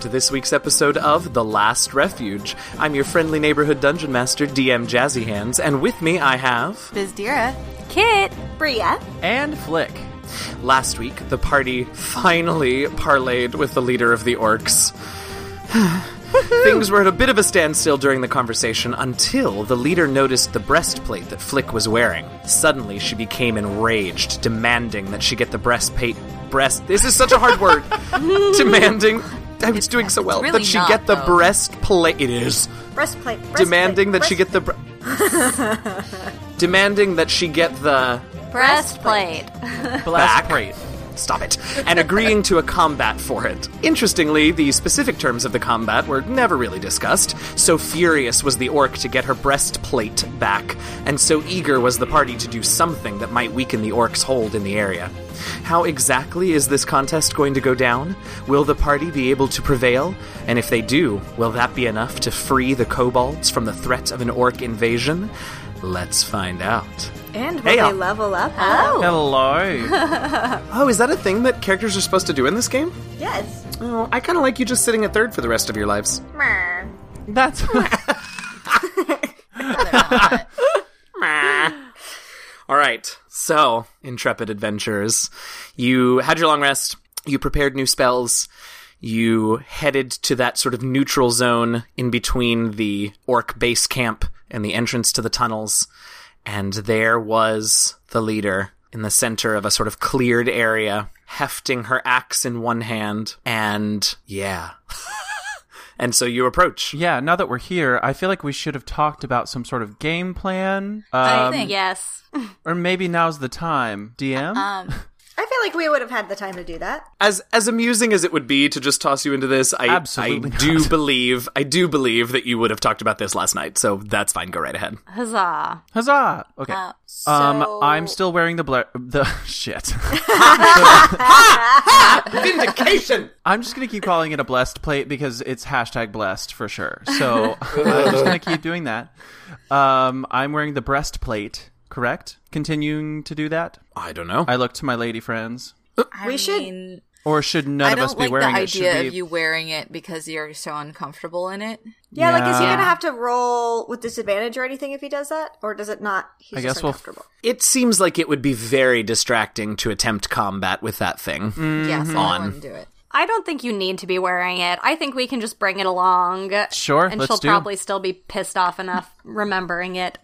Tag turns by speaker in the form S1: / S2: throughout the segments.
S1: to this week's episode of The Last Refuge. I'm your friendly neighborhood dungeon master, DM Jazzy Hands, and with me I have.
S2: Bizdira.
S3: Kit,
S2: Bria.
S1: And Flick. Last week, the party finally parlayed with the leader of the orcs. Things were at a bit of a standstill during the conversation until the leader noticed the breastplate that Flick was wearing. Suddenly, she became enraged, demanding that she get the breastplate. Breast. This is such a hard word. demanding. I was doing so well.
S2: really
S1: that she
S2: not,
S1: get the
S2: though.
S1: breastplate. It is
S3: breastplate, breastplate
S1: demanding that she
S3: breast-
S1: get the. Bre- demanding that she get the
S2: Breastplate.
S1: back. Stop it. And agreeing to a combat for it. Interestingly, the specific terms of the combat were never really discussed. So furious was the orc to get her breastplate back, and so eager was the party to do something that might weaken the orc's hold in the area. How exactly is this contest going to go down? Will the party be able to prevail? And if they do, will that be enough to free the kobolds from the threat of an orc invasion? Let's find out.
S3: And will
S1: Hey,
S3: they
S1: y'all.
S4: um,
S3: level up?
S2: Oh.
S3: Hello.
S4: Hello.
S1: Oh, is that a thing that characters are supposed to do in this game?
S3: Yes.
S1: Oh, I kind of like you just sitting at third for the rest of your lives.
S3: Mer.
S4: That's
S1: All right. So, intrepid adventurers, you had your long rest, you prepared new spells, you headed to that sort of neutral zone in between the orc base camp and the entrance to the tunnels, and there was the leader in the center of a sort of cleared area, hefting her axe in one hand, and yeah. and so you approach.
S4: yeah. Now that we're here, I feel like we should have talked about some sort of game plan.
S2: I
S4: Um,
S2: think.
S3: Yes.
S4: or maybe now's the time. DM.
S2: Um,
S3: I feel like we would have had the time to do that.
S1: as as amusing as it would be to just toss you into this, I
S4: Absolutely
S1: I do
S4: not.
S1: believe I do believe that you would have talked about this last night. So that's fine. Go right ahead.
S2: huzzah.
S4: Huzzah! Okay.
S2: uh,
S3: So,
S4: um, I'm still wearing the bla- the shit.
S1: Vindication.
S4: I'm just gonna keep calling it a blessed plate because it's hashtag blessed for sure. So I'm just gonna keep doing that. Um, I'm wearing the breastplate. Correct. Continuing to do that.
S1: I don't know.
S4: I look to my lady friends.
S3: We should-
S2: mean,
S4: Or should none
S2: I
S4: of us
S2: don't
S4: be
S2: like the
S4: wearing it? Should
S2: idea
S4: we-
S2: of you wearing it because you're so uncomfortable in it.
S3: yeah, like, is he
S4: Yeah.
S3: gonna have to roll with disadvantage or anything if he does that, or does it not? He's
S4: I
S3: just
S4: guess we'll-
S3: uncomfortable.
S1: It seems like it would be very distracting to attempt combat with that thing.
S4: Mm.
S2: Yeah,
S4: Mm-hmm.
S2: so I
S1: On.
S2: wouldn't do it.
S5: I don't think you need to be wearing it. I think we can just bring it along.
S4: Sure,
S5: And
S4: let's
S5: she'll
S4: do.
S5: probably still be pissed off enough remembering it.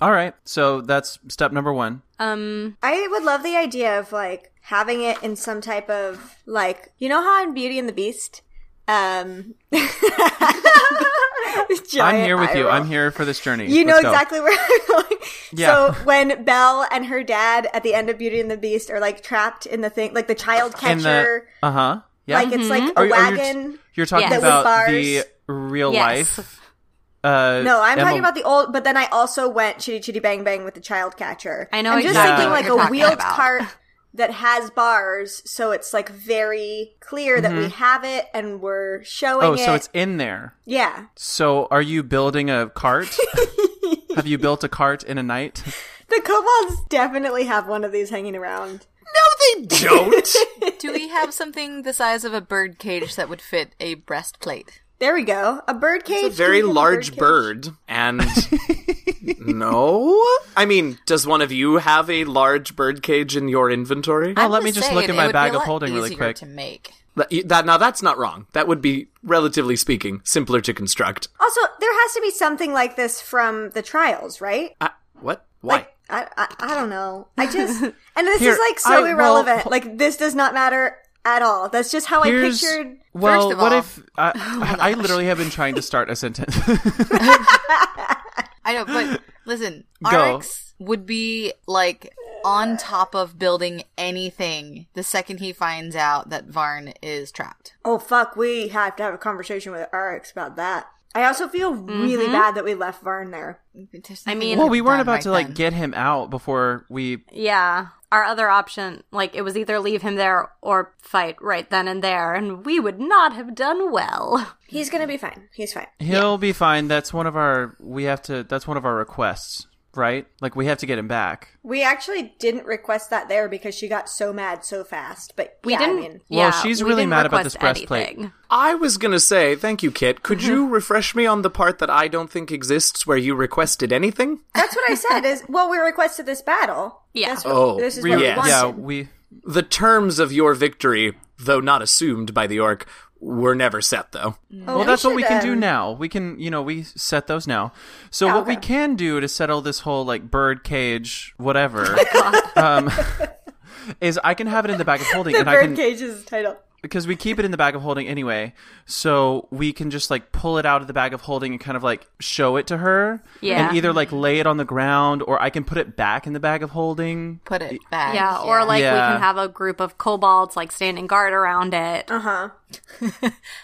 S4: All right. So that's step number one.
S3: I would love the idea of like having it in some type of like you know how in Beauty and the Beast. Um,
S4: I'm here with you. I'm here for this journey.
S3: You know
S4: Let's go.
S3: exactly where I'm going.
S4: Yeah.
S3: So when Belle and her dad at the end of Beauty and the Beast are like trapped in the thing, like the child
S4: And the
S3: catcher,
S4: uh huh. Yeah.
S3: like it's like a
S4: Are you- are you
S3: wagon.
S4: t- You're talking
S5: Yes. That with
S4: about
S3: bars.
S4: the real
S5: Yes.
S4: life. Uh,
S3: no, I'm
S4: Emma-
S3: talking about the old. But then I also went chitty chitty bang bang with the child catcher.
S5: I know
S3: I'm just
S5: exactly
S3: thinking
S4: what
S3: like
S5: you're
S3: a
S5: talking
S3: wheeled
S5: about.
S3: cart that has bars, so it's like very clear that we have it and we're showing
S4: Mm-hmm. Oh,
S3: it.
S4: so it's in there.
S3: yeah.
S4: So are you building a cart? Have you built a cart in a night?
S3: The kobolds definitely have one of these hanging around.
S1: No, they don't.
S2: Do we have something the size of a bird cage that would fit a breastplate?
S3: There we go. A bird cage.
S1: a very
S3: Do we have a
S1: large
S3: cage?
S1: bird, and no. I mean, does one of you have a large bird cage in your inventory?
S4: Oh,
S2: I'm
S4: let me just
S2: saying,
S4: look in
S2: it
S4: my
S2: would be
S4: bag
S2: a
S4: of
S2: lot
S4: holding really
S2: easier
S4: quick.
S2: To make.
S1: That, that now that's not wrong. That would be relatively speaking simpler to construct.
S3: Also, there has to be something like this from the trials, right?
S1: Uh, what? Why?
S3: I, I, I don't know. I just and this
S4: Here,
S3: is like so
S4: I-
S3: irrelevant.
S4: well,
S3: like this does not matter at all. That's just how
S4: Here's-
S3: I pictured.
S4: Well,
S2: of
S4: what
S2: all-
S4: if I, I literally have been trying to start a sentence?
S2: I know, but listen,
S4: Go.
S2: Arx would be like on top of building anything the second he finds out that Varn is trapped.
S3: Oh fuck, we have to have a conversation with Arx about that. I also feel really bad that we left Varn there.
S5: I mean-
S4: well, we weren't about to like
S2: get.
S4: get him out before we.
S5: yeah. Our other option, like, it was either leave him there or fight right then and there, and we would not have done well.
S3: He's gonna be fine. He's fine.
S4: He'll be fine. That's one of our. We have to. That's one of our requests right? Like we have to get him back.
S3: We actually didn't request that there because she got so mad so fast. But
S5: We
S3: yeah,
S5: didn't.
S3: I mean,
S5: yeah,
S4: Well, she's
S5: we
S4: really
S5: didn't
S4: mad about
S5: request
S4: this breastplate.
S5: anything.
S1: I was gonna say, thank you, Kit. Could
S2: Mm-hmm.
S1: you refresh me on the part that I don't think exists where you requested anything?
S3: that's what I said. Is well, we requested this battle.
S5: Yeah.
S3: That's what-
S1: Oh,
S3: this is
S1: we-
S3: what
S1: yes.
S3: we
S4: Yeah,
S3: wanted.
S4: we
S1: The terms of your victory, though not assumed by the orc, were never set, though.
S3: Oh,
S4: Well, that's what we can do
S3: now.
S4: now. We can, you know, we set those now. So what we
S3: okay.
S4: can do to settle this whole like bird cage, whatever,
S3: Oh
S4: um, is I can have it in the bag of holding, and I
S3: Bird
S4: can
S3: Cage is the title.
S4: because we keep it in the bag of holding anyway. So we can just like pull it out of the bag of holding and kind of like show it to her,
S5: Yeah.
S4: and either like lay it on the ground or I can put it back in the bag of holding.
S2: Put it back.
S5: Yeah, or like we
S4: Yeah.
S5: can have a group of kobolds like standing guard around it.
S4: Uh-huh.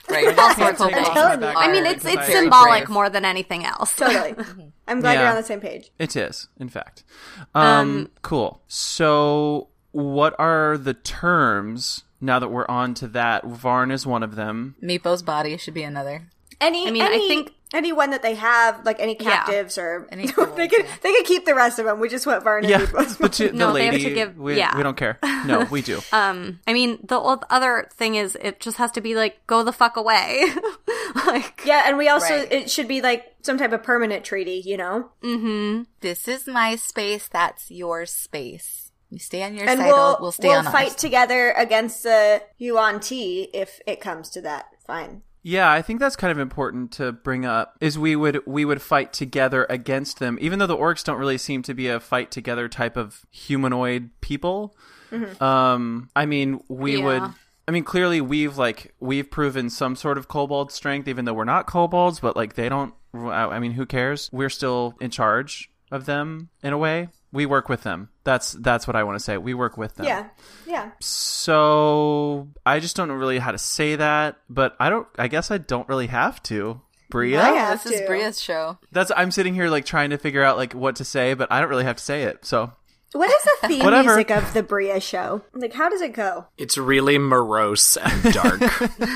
S2: right.
S5: All sorts of things.
S3: telling you.
S5: I mean, it's
S4: Because
S5: it's
S4: I-
S5: symbolic more than anything else.
S3: Totally. I'm glad you're
S4: Yeah.
S3: on the same page.
S4: It is, in fact. Um, cool. So, what are the terms now that we're on to that? Varn is one of them.
S2: Meepo's body should be another.
S3: Any,
S5: I mean, I
S3: any,
S5: think-
S3: anyone that they have, like any captives or
S2: Any
S3: they could they could keep the rest of them. We just want Varn and
S4: Yeah,
S3: Meepos.
S4: the, two, the
S5: No, they have
S4: lady.
S5: to give-
S4: we,
S5: yeah.
S4: we don't care. No, we do.
S5: I mean, the o- other thing is it just has to be like go the fuck away. like
S3: Yeah, and we also
S2: Right.
S3: it should be like some type of permanent treaty, you know.
S2: This is my space. That's your space. You stay on your
S3: And
S2: side.
S3: we'll
S2: We'll, we'll stay on
S3: fight
S2: ours.
S3: together against the Yuan Ti if it comes to that. Fine.
S4: Yeah, I think that's kind of important to bring up is we would we would fight together against them, even though the orcs don't really seem to be a fight together type of humanoid people. Um, I mean, we
S5: Yeah.
S4: would. I mean, clearly we've like we've proven some sort of kobold strength, even though we're not kobolds, but like they don't. I I mean, who cares? We're still in charge of them in a way. We work with them. That's that's what I want to say. We work with them.
S3: Yeah, yeah.
S4: So I just don't know really how to say that, but I don't. I guess I don't really have to, Bria.
S3: I have
S2: This is
S3: to.
S2: Bria's show.
S4: That's I'm sitting here like trying to figure out like what to say, but I don't really have to say it. So
S3: What is the theme
S4: Whatever.
S3: music of the Bria show? Like, how does it go?
S1: It's really morose and dark.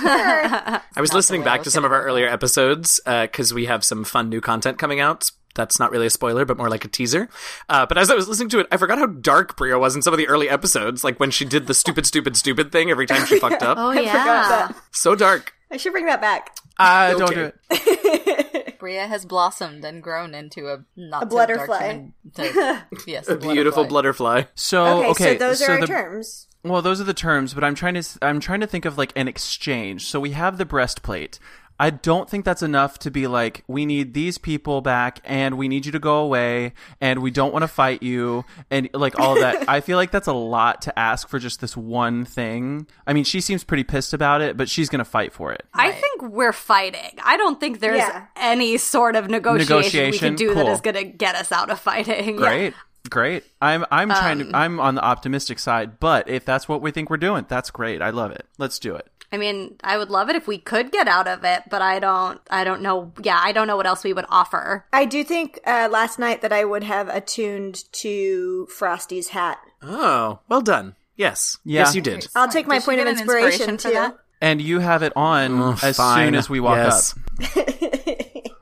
S1: I was listening
S2: way I
S1: back
S2: was
S1: to some of our earlier episodes because we have some fun new content coming out. That's not really a spoiler, but more like a teaser. Uh, but as I was listening to it, I forgot how dark Bria was in some of the early episodes, like when she did the stupid, stupid, stupid thing every time she fucked up.
S5: oh
S3: I forgot
S5: yeah.
S3: that.
S1: So dark.
S3: I should bring that back.
S4: I
S1: Okay.
S4: don't do it.
S2: Bria has blossomed and grown into a not
S3: A
S2: so dark
S3: blutterfly.
S2: human type. yes, a
S1: Beautiful
S2: blutterfly.
S1: blutterfly.
S4: So Oh, okay,
S3: okay, so those are our
S4: the-
S3: terms.
S4: Well, those are the terms, but I'm trying to s- I'm trying to think of like an exchange. So we have the breastplate. I don't think that's enough to be like we need these people back and we need you to go away and we don't want to fight you and like all that. I feel like that's a lot to ask for just this one thing. I mean, she seems pretty pissed about it, but she's going to fight for it.
S5: I think we're fighting. I don't think there's
S3: Yeah.
S5: any sort of negotiation, we
S4: Negotiation?
S5: can do that
S4: Cool.
S5: is going to get us out of fighting.
S4: Great. Great. I'm I'm trying to I'm on the optimistic side, but if that's what we think we're doing, that's great. I love it. Let's do it.
S5: I mean, I would love it if we could get out of it, but I don't. I don't know. Yeah, I don't know what else we would offer.
S3: I do think uh, last night that I would have attuned to Frosty's hat.
S1: Oh, well done. Yes.
S4: Yeah.
S1: Yes, you did.
S3: I'll take my
S2: Did she
S3: point of
S2: get an
S3: inspiration,
S2: inspiration for
S3: too.
S2: that?
S4: And you have it on as Oh, soon
S1: Fine.
S4: as we walk
S1: Yes.
S4: up.
S3: I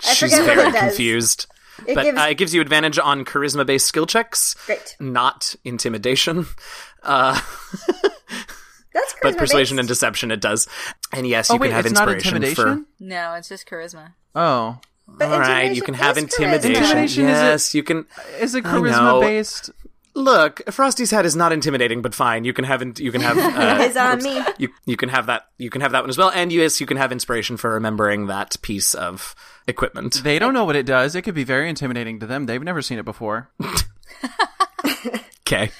S1: She's
S3: forget what
S1: very
S3: it does.
S1: confused.
S3: It
S1: but
S3: gives-
S1: uh, it gives you advantage on charisma based skill checks.
S3: Great.
S1: Not intimidation. Uh,
S3: That's
S1: but
S3: charisma
S1: persuasion and
S3: based.
S1: deception it does. And yes,
S4: Oh
S1: you
S4: wait,
S1: can have
S4: it's not
S1: inspiration
S4: intimidation.
S2: No, it's just charisma.
S4: Oh,
S1: for. All right,
S3: intimidation
S1: you can have
S3: is charisma.
S1: intimidation.
S4: Intimidation is a-
S1: yes, you can.
S4: is it
S1: I know.
S4: charisma based?
S1: Look, Frosty's hat is not intimidating, but fine. You can have. In- you can have. Uh,
S3: It's on me.
S1: you you can have that. You can have that one as well. And yes, you can have inspiration for remembering that piece of equipment.
S4: They don't know what it does. It could be very intimidating to them. They've never seen it before.
S1: Okay.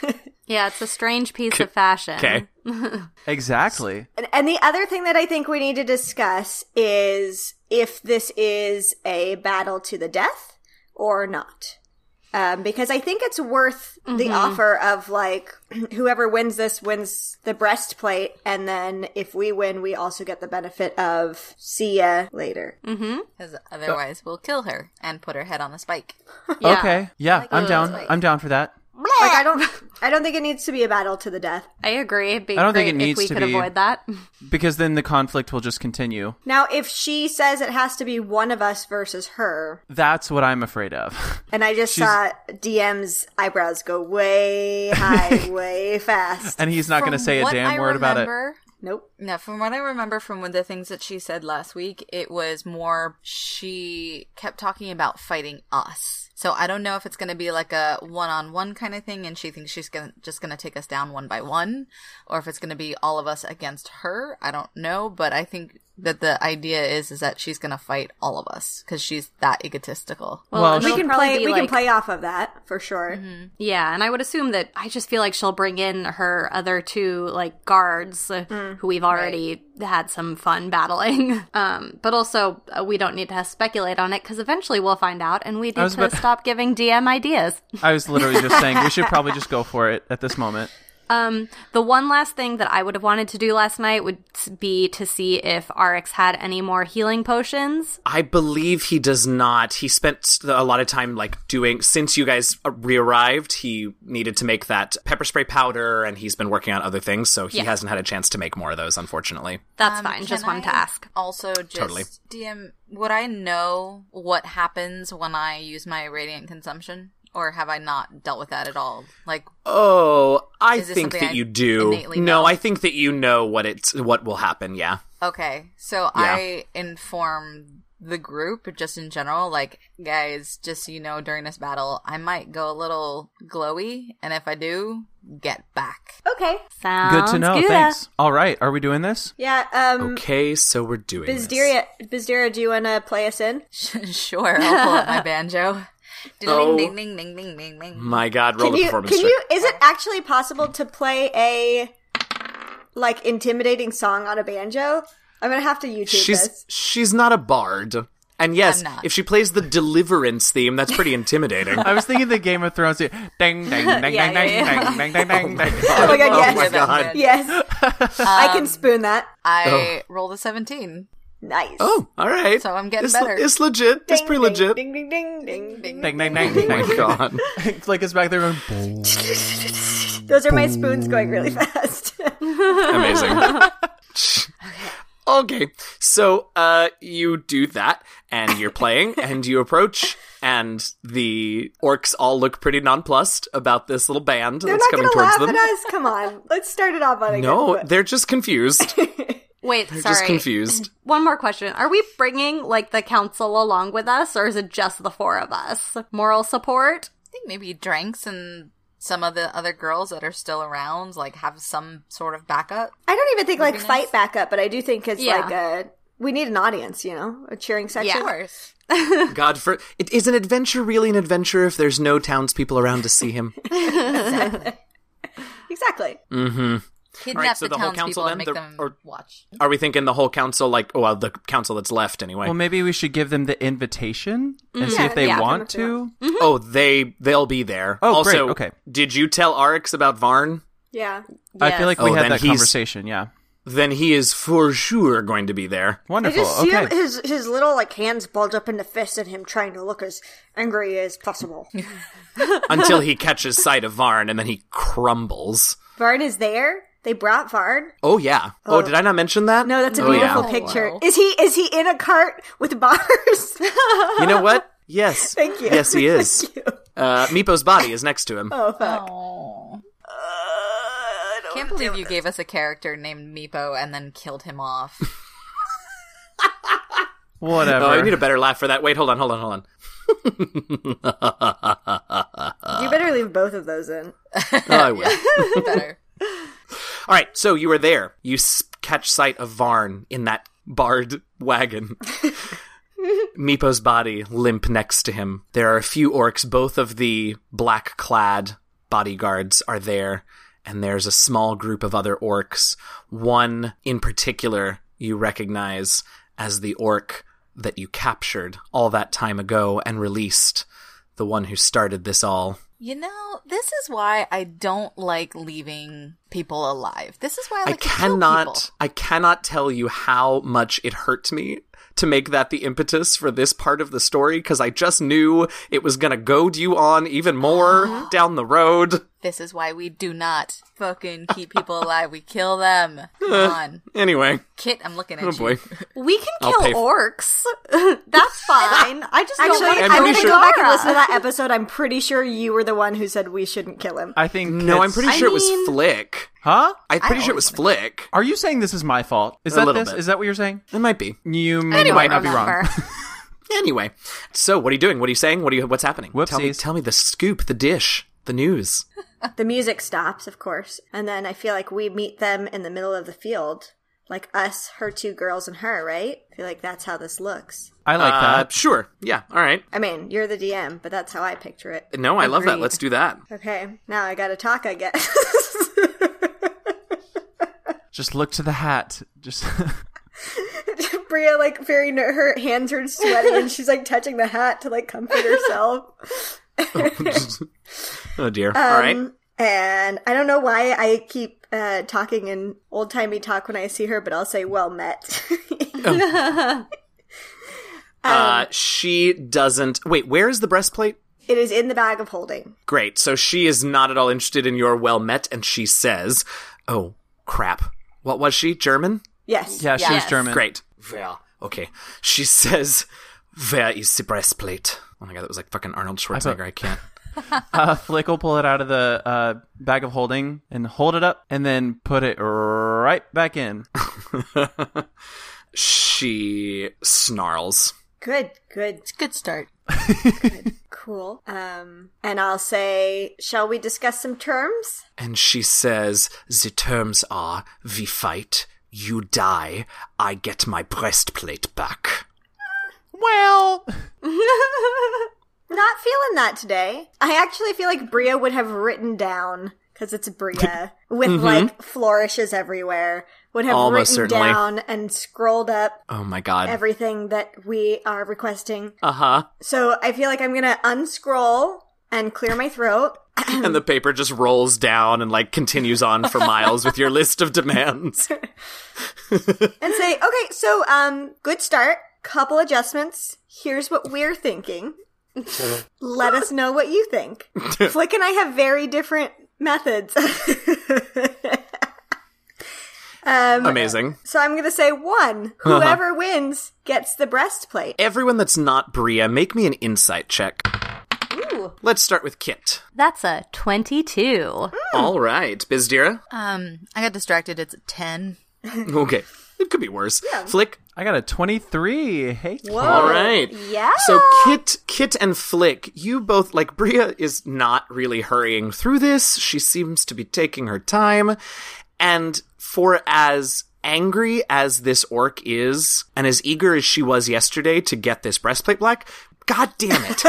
S5: Yeah, it's a strange piece of fashion.
S1: Okay.
S4: Exactly.
S3: And, and the other thing that I think we need to discuss is if this is a battle to the death or not. Um, because I think it's worth the offer of like whoever wins this wins the breastplate, and then if we win, we also get the benefit of see ya later.
S2: Because otherwise, we'll kill her and put her head on a spike.
S5: Yeah.
S4: Okay. Yeah, I'm
S5: those,
S4: down.
S5: like-
S4: I'm down for that.
S3: Like I don't I don't think it needs to be a battle to the death.
S5: I agree. It'd be
S4: I don't
S5: great
S4: think it needs
S5: if we
S4: to
S5: could
S4: be.
S5: avoid that.
S4: because then the conflict will just continue.
S3: Now if she says it has to be one of us versus her,
S4: That's what I'm afraid of.
S3: and I just saw DM's eyebrows go way high, way fast.
S4: and he's not going to
S2: From
S4: say a
S2: what
S4: damn
S2: I
S4: word about it.
S2: remember-
S3: Nope.
S2: No, from what I remember from one of the things that she said last week, it was more she kept talking about fighting us. So I don't know if it's going to be like a one-on-one kind of thing, and she thinks she's gonna just going to take us down one by one, or if it's going to be all of us against her. I don't know, but I think that the idea is is that she's going to fight all of us because she's that egotistical.
S4: Well,
S5: and
S4: she-
S3: We
S5: it'll
S3: can
S5: probably
S3: play
S5: be
S3: we can
S5: like-
S3: play off of that for sure.
S5: Yeah, and I would assume that I just feel like she'll bring in her other two like guards uh, who we've already had some fun battling. Um, but also uh, we don't need to speculate on it because eventually we'll find out, and we need to
S4: I was about-
S5: stop giving DM ideas.
S4: I was literally just saying we should probably just go for it at this moment.
S5: Um, the one last thing that I would have wanted to do last night would s- be to see if RX had any more healing potions.
S1: I believe he does not. He spent a lot of time like doing since you guys uh, re-arrived. He needed to make that pepper spray powder, and he's been working on other things, so he
S5: Yeah.
S1: hasn't had a chance to make more of those, unfortunately.
S5: That's
S2: Um,
S5: fine. Just
S2: can
S5: wanted to
S2: I
S5: ask.
S2: Also, just
S1: Totally.
S2: DM, would I know what happens when I use my radiant consumption, or have I not dealt with that at all? Like,
S1: Oh, I
S2: Is this
S1: think
S2: something
S1: that
S2: I
S1: you do.
S2: innately
S1: No,
S2: know?
S1: I think that you know what it's what will happen. Yeah.
S2: okay, so I inform the group just in general, like, guys, just so you know, during this battle, I might go a little glowy, and if I do, get back.
S3: Okay.
S4: Good
S5: Sounds
S4: to know.
S5: good.
S4: Thanks. All right, are we doing this?
S3: Yeah, um
S1: Okay, so we're doing this.
S3: Bizderia Bizderia, do you wanna play us in?
S2: sure, I'll pull out my banjo.
S1: Oh.
S2: Ding ding ding ding ding ding.
S1: My God, roll
S3: Can
S1: a
S3: you,
S1: performance
S3: can
S1: check.
S3: you is it actually possible to play a like intimidating song on a banjo? I'm gonna have to YouTube
S1: she's
S3: this.
S1: she's not a bard. And yes,
S2: I'm not.
S1: if she plays the Deliverance theme, that's pretty intimidating.
S4: I was thinking the Game of Thrones. Ding ding ding ding
S5: yeah,
S4: ding ding ding ding ding ding.
S3: Oh my god, yes.
S1: my God.
S3: Yes. I can spoon that.
S2: I rolled a seventeen,
S3: Nice.
S1: Oh, all right.
S2: so I'm getting
S1: it's,
S2: better.
S1: It's legit. it's
S3: Ding,
S1: pretty
S3: ding,
S1: legit. Oh
S3: Ding ding ding ding ding.
S4: Ding ding ding ding.
S1: God.
S4: It's like it's back there going. "Boom."
S3: Those are my spoons going really fast.
S1: Amazing. okay. So uh, you do that, and you're playing, and you approach, and the orcs all look pretty nonplussed about this little band
S3: They're
S1: that's
S3: not
S1: coming
S3: gonna
S1: towards
S3: laugh
S1: them.
S3: at us. Come on. Let's start it off on a
S1: No,
S3: good foot.
S1: they're just confused.
S5: Wait, sorry.
S1: Just confused.
S5: One more question. Are we bringing like the council along with us or is it just the four of us? Moral support?
S2: I think maybe Dranks and some of the other girls that are still around like have some sort of backup.
S3: I don't even think like fight back up, but I do think it's
S5: Yeah.
S3: like a we need an audience, you know, a cheering section.
S5: Yeah.
S2: course.
S1: God, for it is an adventure really an adventure if there's no townspeople around to see him.
S3: Exactly.
S2: Kidnap
S1: Alright, so
S2: the,
S1: the whole council
S2: townspeople and
S1: then,
S2: make
S1: the-
S2: them
S1: or-
S2: watch.
S1: Are we thinking the whole council, like, oh, well, the council that's left anyway?
S4: Well, maybe we should give them the invitation and
S3: Mm-hmm.
S4: see if they
S5: Yeah, yeah.
S4: want to.
S1: Oh, they they'll be there.
S4: Oh,
S1: also,
S4: great, okay.
S1: Did you tell Arix about Varn?
S3: Yeah.
S4: I feel
S5: Yes.
S4: like
S1: Oh,
S4: we
S1: then
S4: had that
S1: he's-
S4: conversation. Yeah,
S1: Then he is for sure going to be there.
S3: I
S4: wonderful.
S3: just see him,
S4: Okay,
S3: his his little like hands balled up in the fist and him trying to look as angry as possible.
S1: Until he catches sight of Varn and then he crumbles.
S3: Varn is there. They brought Varn.
S1: Oh yeah. Oh, did I not mention that?
S3: No, that's a
S1: oh,
S3: beautiful
S1: yeah.
S3: picture.
S2: wow.
S3: Is he is he in a cart with bars?
S1: You know what? Yes.
S3: Thank you.
S1: Yes, he is.
S3: Thank you.
S1: Uh, Meepo's body is next to him.
S3: Oh fuck.
S2: Can't believe you gave us a character named Meepo and then killed him off.
S4: whatever.
S1: Oh, I need a better laugh for that. Wait, hold on, hold on, hold on. Uh.
S3: you better leave both of those in.
S1: Oh, I will.
S2: Better.
S1: All right, so you were there. You s- catch sight of Varn in that barred wagon. Meepo's body limp next to him. There are a few orcs, both of the black clad bodyguards are there, and there's a small group of other orcs. One in particular you recognize as the orc that you captured all that time ago and released, the one who started this all.
S2: You know, this is why I don't like leaving people alive. This is why I
S1: I
S2: like to kill people.
S1: cannot I cannot tell you how much it hurt me to make that the impetus for this part of the story because I just knew it was going to goad you on even
S2: Uh-huh.
S1: more down the road.
S2: This is why we do not fucking keep people alive. We kill them. Come on.
S1: Anyway,
S2: Kit, I'm looking at
S1: oh boy.
S2: you.
S5: We can
S1: I'll
S5: kill
S1: pay f-
S5: orcs. That's fine. I just don't
S3: Actually,
S5: want to
S3: I'm
S1: I'm
S3: gonna
S1: pretty
S3: go back and
S5: Gara.
S3: listen to that episode. I'm pretty sure you were the one who said we shouldn't kill him.
S4: I think.
S1: No, I'm
S4: it's-
S1: pretty
S5: I
S1: sure it
S5: mean-
S1: was Flick.
S4: Huh?
S1: I'm pretty sure it
S2: always
S1: was Flick.
S4: Are you saying this is my fault? Is
S1: A
S4: that
S1: little
S4: this?
S1: bit.
S4: Is that what you're saying?
S1: It might be.
S4: You
S5: Anyway,
S4: might not be wrong.
S5: remember.
S1: Anyway, so what are you doing? What are you saying? What are you? What's happening? Tell me,
S4: Whoopsies.
S1: tell me the scoop, the dish, the news.
S3: The music stops, of course, and then I feel like we meet them in the middle of the field, like us, her two girls, and her. Right? I feel like that's how this looks.
S4: I like
S1: Uh,
S4: that.
S1: sure. Yeah. All right.
S3: I mean, you're the DM, but that's how I picture it.
S1: No, I love that.
S2: Agreed.
S1: Let's do that.
S3: Okay, now I gotta talk, I guess.
S4: Just look to the hat. Just
S3: Bria, like, very ner- her hands are sweaty, and she's like touching the hat to like comfort herself.
S1: oh dear. All
S2: Um,
S1: right.
S3: And I don't know why I keep uh, talking in old timey talk when I see her, but I'll say well met.
S1: uh, she doesn't. Wait. Where is the breastplate?
S3: it is in the bag of holding.
S1: Great. So she is not at all interested in your well met, and she says, "Oh crap. What was she? German?
S3: Yes.
S4: yeah, she was
S5: Yes.
S4: German.
S1: Great. Wer? Okay. She says, "Where is the breastplate?" Oh my god, that was like fucking Arnold Schwarzenegger. I can't.
S4: Uh, Flick will pull it out of the uh, bag of holding and hold it up, and then put it right back in.
S1: She snarls.
S3: Good, good,
S2: Good start.
S3: cool. Um, and I'll say, shall we discuss some terms?
S1: And she says, The terms are we fight, you die, I get my breastplate back.
S4: Well,
S3: Not feeling that today. I actually feel like Bria would have written down, because it's Bria, with like flourishes everywhere, would have
S1: Mm-hmm. Almost
S3: written
S1: certainly.
S3: down and scrolled up
S1: Oh my god.
S3: everything that we are requesting.
S1: uh huh.
S3: So I feel like I'm gonna unscroll and clear my throat.
S1: And the paper just rolls down and like continues on for miles with your list of demands.
S3: and say, okay, so um, good start. Couple adjustments. Here's what we're thinking. Let us know what you think. Flick and I have very different methods.
S1: Amazing.
S3: so I'm going to say one. Whoever wins gets the breastplate.
S1: Everyone that's not Bria, make me an insight check.
S5: Ooh.
S1: Let's start with Kit.
S5: That's a 22.
S1: All right, Bizdira.
S2: Um, I got distracted. It's a 10.
S1: Okay. It could be worse. Flick.
S4: I got a twenty-three. Hey,
S1: All right.
S3: Yeah.
S1: So Kit, Kit and Flick, you both like Bria is not really hurrying through this. She seems to be taking her time, and for as angry as this orc is, and as eager as she was yesterday to get this breastplate black, god damn it.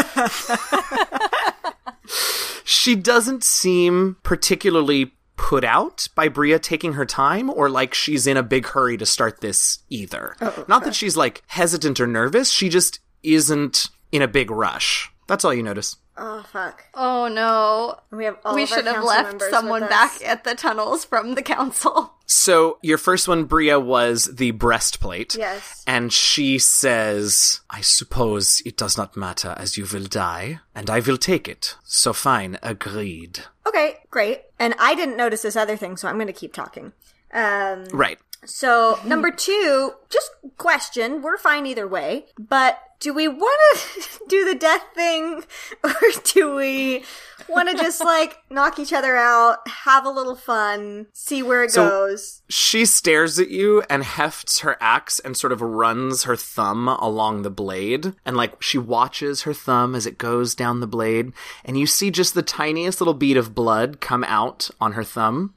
S1: she doesn't seem particularly put out by Bria taking her time or like she's in a big hurry to start this either. Not that she's like hesitant or nervous, she just isn't in a big rush. That's all you notice.
S3: oh fuck.
S5: Oh no.
S3: We have all
S5: we
S3: of our
S5: should have
S3: council
S5: left
S3: members
S5: someone
S3: with
S5: back
S3: us.
S5: at the tunnels from the council.
S1: So, your first one, Bria, was the breastplate.
S3: Yes.
S1: And she says, I suppose it does not matter as you will die, and I will take it. So fine, agreed.
S3: Okay, great. And I didn't notice this other thing, so I'm going to keep talking. Um,
S1: Right.
S3: So number two, just question. We're fine either way, but do we want to do the death thing, or do we want to just like knock each other out, have a little fun, see where it
S1: So-
S3: goes?
S1: She stares at you and hefts her axe and sort of runs her thumb along the blade. And like she watches her thumb as it goes down the blade. And you see just the tiniest little bead of blood come out on her thumb.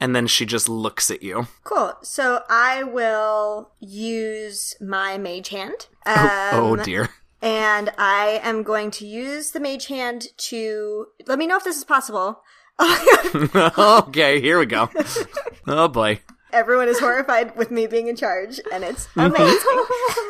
S1: And then she just looks at you.
S3: Cool. So I will use my mage hand.
S1: oh,
S3: Um,
S1: dear.
S3: and I am going to use the mage hand to let me know if this is possible.
S1: okay, here we go. oh boy.
S3: Everyone is horrified with me being in charge, and it's amazing.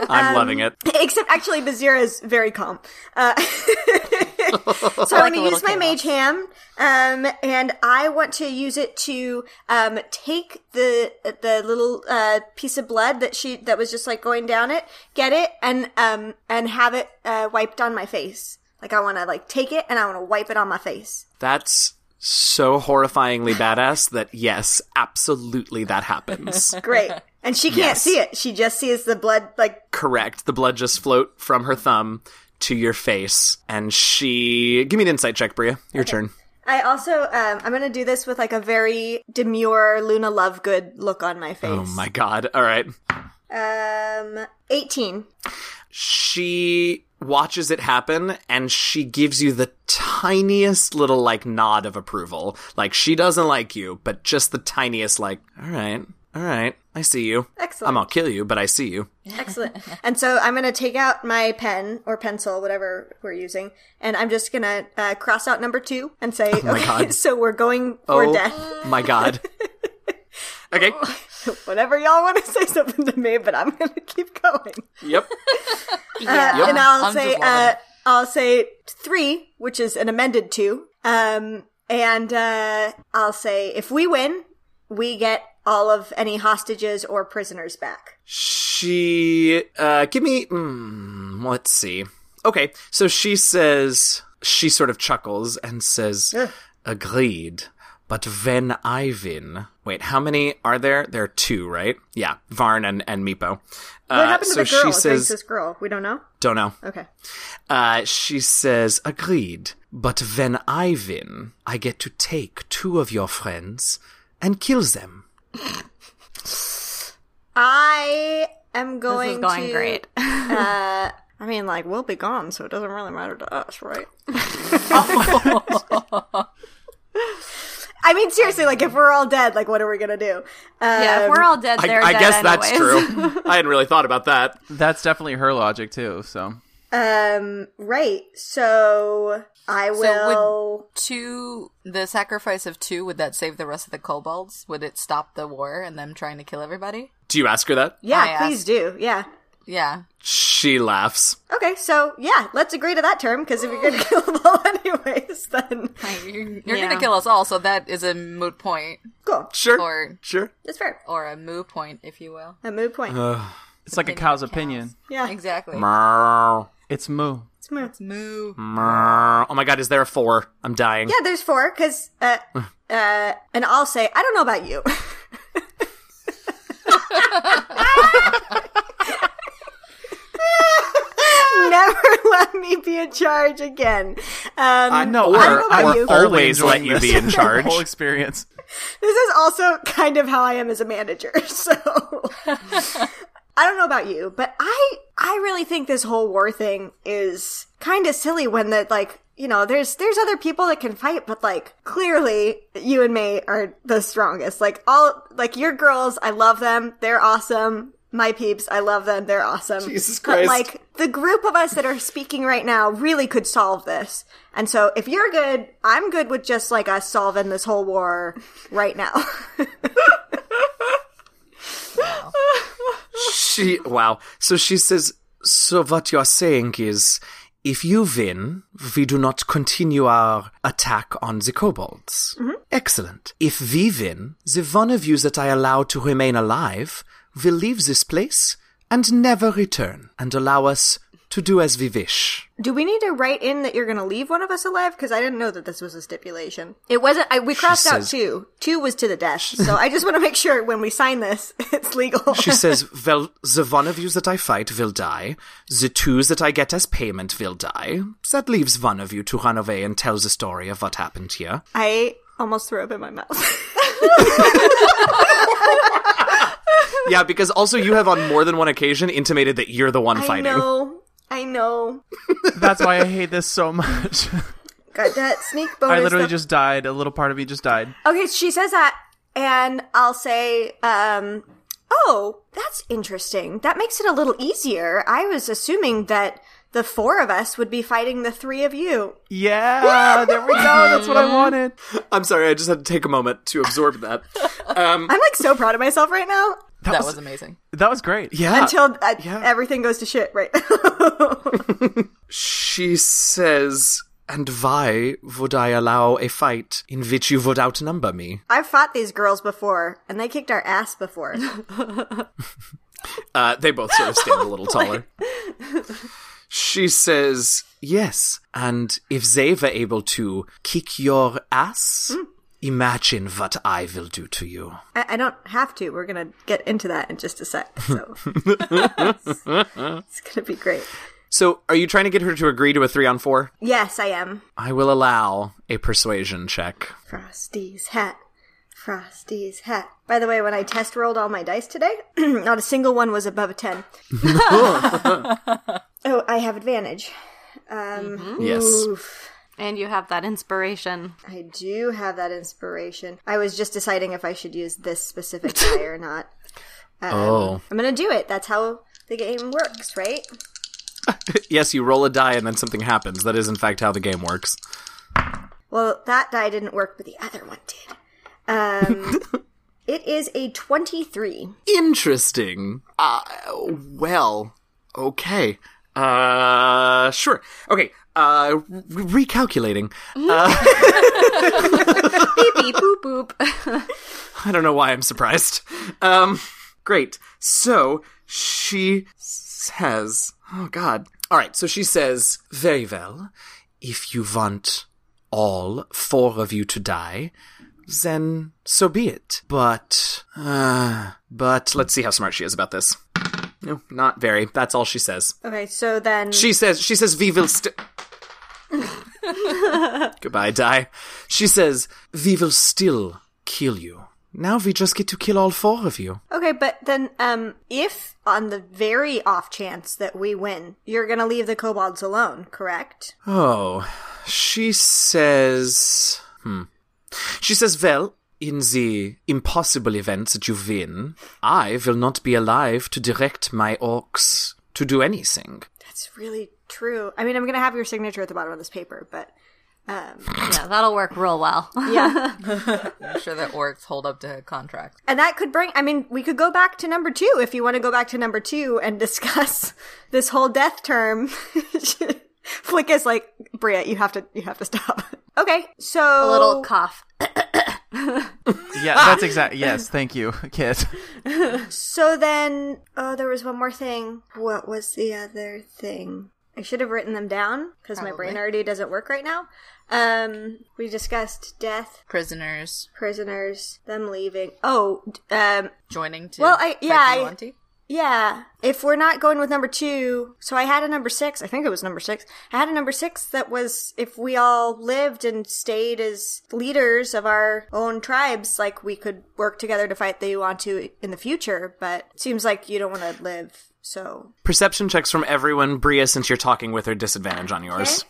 S1: I'm loving it.
S3: Except actually, Bazira is very calm. Uh, so I'm going to use my mage hand, um, and I want to use it to um, take the the little uh, piece of blood that she that was just like going down it, get it, and um, and have it uh, wiped on my face. Like I want to like take it and I want to wipe it on my face.
S1: That's so horrifyingly badass that yes, absolutely that happens.
S3: Great. And she can't
S1: Yes.
S3: see it. She just sees the blood like
S1: Correct. The blood just float from her thumb to your face, and she. Give me an insight check, Bria. Your turn.
S3: I also um, I'm gonna do this with like a very demure Luna Lovegood look on my face.
S1: Oh my god. All right.
S3: Um, eighteen.
S1: she watches it happen and she gives you the tiniest little like nod of approval. Like she doesn't like you, but just the tiniest like, all right, all right, I see you.
S3: Excellent.
S1: I'm gonna kill you, but I see you.
S3: Excellent. and so I'm gonna take out my pen or pencil, whatever we're using, and I'm just gonna uh, cross out number two and say, "Okay,
S1: Oh God.
S3: so we're going for
S1: Oh.
S3: death." Oh.
S1: My God. Okay.
S3: Whenever y'all want to say something to me, but I'm gonna keep going.
S1: Yep.
S3: Uh,
S1: Yep.
S3: And I'll
S2: I'm
S3: say,
S2: just loving
S3: uh,
S2: it.
S3: I'll say three, which is an amended two. Um, and uh, I'll say if we win, we get all of any hostages or prisoners back.
S1: She uh give me mm, let's see. Okay, so she says she sort of chuckles and says agreed. But when I win wait, how many are there? There are two, right? Yeah, Varn and, and Meepo. Uh,
S3: What happened
S1: so
S3: to the girl?
S1: she
S3: Who raised
S1: says
S3: this girl. We don't know.
S1: Don't know.
S3: Okay.
S1: Uh she says agreed. But when I win, I get to take two of your friends and kill them.
S3: I am going.
S5: This is going
S3: to,
S5: great.
S3: I mean, like we'll be gone, so it doesn't really matter to us, right? I mean, seriously, like if we're all dead, like what are we gonna do?
S5: yeah, if we're all dead,
S1: I,
S5: they're
S1: I
S5: dead
S1: guess that's
S5: anyways.
S1: true. I hadn't really thought about that.
S4: That's definitely her logic too. So
S3: Um, right. So I will.
S2: Two, the sacrifice of two, would that save the rest of the kobolds? Would it stop the war and them trying to kill everybody?
S1: Do you ask her that?
S2: I
S3: yeah,
S2: asked.
S3: please do. Yeah.
S2: Yeah.
S1: She laughs.
S3: Okay, so yeah, let's agree to that term because if you're gonna kill them all anyways, then
S2: You're, you're
S5: Yeah.
S2: gonna kill us all, so that is a moot point,
S3: cool.
S1: Sure.
S2: or
S1: Sure.
S3: That's fair.
S2: or a moo point, if you will.
S3: A moot point.
S4: it's like a cow's opinion.
S3: yeah,
S2: Exactly.
S1: Meow,
S4: It's moo.
S3: it's moot.
S2: Moo.
S1: meow. Oh my god, is there a four? I'm dying.
S3: Yeah, there's four because uh, uh, and I'll say I don't know about you. Never let me be in charge again. Um,
S4: I know.
S1: Or,
S3: I don't know about
S1: or
S3: you.
S1: always let you be in charge.
S4: The whole experience.
S3: This is also kind of how I am as a manager. So I don't know about you, but I I really think this whole war thing is kind of silly when the like you know there's there's other people that can fight, but like clearly you and May are the strongest. Like all like your girls, I love them. They're awesome. My peeps, I love them. They're awesome.
S1: Jesus
S3: But
S1: Christ.
S3: like the group of us that are speaking right now really could solve this. And so if you're good, I'm good with just like us solving this whole war right now.
S1: She wow. So she says, "So what you're saying is, if you win, we do not continue our attack on the kobolds. Excellent. If we win, the one of you that I allow to remain alive will leave this place and never return, and allow us to do as we wish."
S3: Do we need to write in that you're going to leave one of us alive? Because I didn't know that this was a stipulation. It wasn't. I, we crossed out
S1: says-
S3: two. Two was to the death. So I just want to make sure when we sign this, it's legal.
S1: She says, Well, the one of you that I fight will die. The two that I get as payment will die. That leaves one of you to run away and tell the story of what happened here.
S3: I almost threw up in my mouth.
S1: Yeah, because also you have on more than one occasion intimated that you're the one
S3: I
S1: fighting.
S3: know. I know.
S4: That's why I hate this so much.
S3: Got that sneak bonus.
S4: I literally
S3: stuff.
S4: just died. A little part of me just died.
S3: Okay, she says that, and I'll say, um, oh, that's interesting. That makes it a little easier. I was assuming that the four of us would be fighting the three of you.
S4: Yeah, there we go. That's what I wanted.
S1: I'm sorry, I just had to take a moment to absorb that.
S3: I'm like so proud of myself right now.
S2: That, was, amazing.
S4: That was great.
S1: Yeah.
S3: Until uh, everything goes to shit, right?
S1: she says, And why would I allow a fight in which you would outnumber me?
S3: I've fought these girls before, and they kicked our ass before.
S1: Uh, they both sort of stand a little taller. She says, Yes, and if they were able to kick your ass, imagine what I will do to you.
S3: I, I don't have to. We're gonna get into that in just a sec. So it's gonna be great.
S1: So, are you trying to get her to agree to a three on four?
S3: Yes, I am.
S1: I will allow a persuasion check.
S3: Frosty's hat. Frosty's hat. By the way, when I test rolled all my dice today, not a single one was above a ten. oh, I have advantage. Um,
S1: Yes.
S3: Oof.
S5: And you have that inspiration.
S3: I do have that inspiration. I was just deciding if I should use this specific die or not. Um,
S1: Oh.
S3: I'm gonna do it. That's how the game works, right?
S1: Yes, you roll a die and then something happens. That is, in fact, how the game works.
S3: Well, that die didn't work, but the other one did. Um, it is a 23.
S1: Interesting. Uh, well, okay. Uh, sure. Okay. Uh, re- recalculating.
S5: Beep beep boop boop.
S1: I don't know why I'm surprised. Um, great. So she says, "Oh God." All right. So she says, "Very well. If you want all four of you to die, then so be it. But, uh, but let's see how smart she is about this." No, not very. That's all she says.
S3: Okay, so then.
S1: She says, she says, we will still. Goodbye, die. She says, we will still kill you. Now we just get to kill all four of you.
S3: okay, but then, um, if on the very off chance that we win, you're gonna leave the kobolds alone, correct?
S1: Oh, she says, hmm. She says, well, in the impossible event that you win, I will not be alive to direct my orcs to do anything.
S3: That's really true. I mean, I'm gonna have your signature at the bottom of this paper, but.
S5: yeah, that'll work real well.
S3: Yeah.
S2: I'm sure that orcs hold up to contracts.
S3: and that could bring, I mean, we could go back to number two if you want to go back to number two and discuss this whole death term. Flick is like, Bria, you have to, you have to stop. Okay,
S5: A
S3: so.
S5: little cough.
S4: Yeah, that's exact. Yes, thank you, kid.
S3: So then, oh, there was one more thing. What was the other thing? I should have written them down because my brain
S2: Probably.
S3: already doesn't work right now. Um, we discussed death,
S2: Prisoners
S3: prisoners, them leaving. Oh, d- um,
S2: joining to
S3: Well, I- yeah, I-
S2: Taekwondo.
S3: yeah. If we're not going with number two, so I had a number six. I think it was number six. I had a number six that was if we all lived and stayed as leaders of our own tribes, like we could work together to fight the Uantu in the future. But it seems like you don't want to live. So
S1: Perception checks from everyone. Bria, since you're talking with her, disadvantage on yours.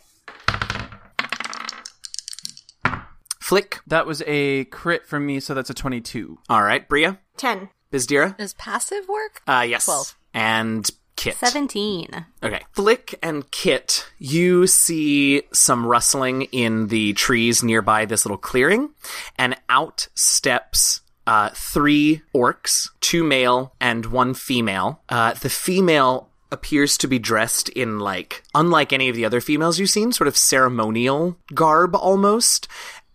S1: Flick.
S4: That was a crit from me, so that's a twenty-two.
S1: All right, Bria.
S3: 10.
S1: Bizdira.
S2: Does passive work?
S1: Uh, yes.
S2: Twelve.
S1: And Kit.
S5: 17.
S1: Okay. Flick and Kit, you see some rustling in the trees nearby this little clearing, and out steps uh, three orcs, two male and one female. Uh, the female appears to be dressed in like unlike any of the other females you've seen sort of ceremonial garb almost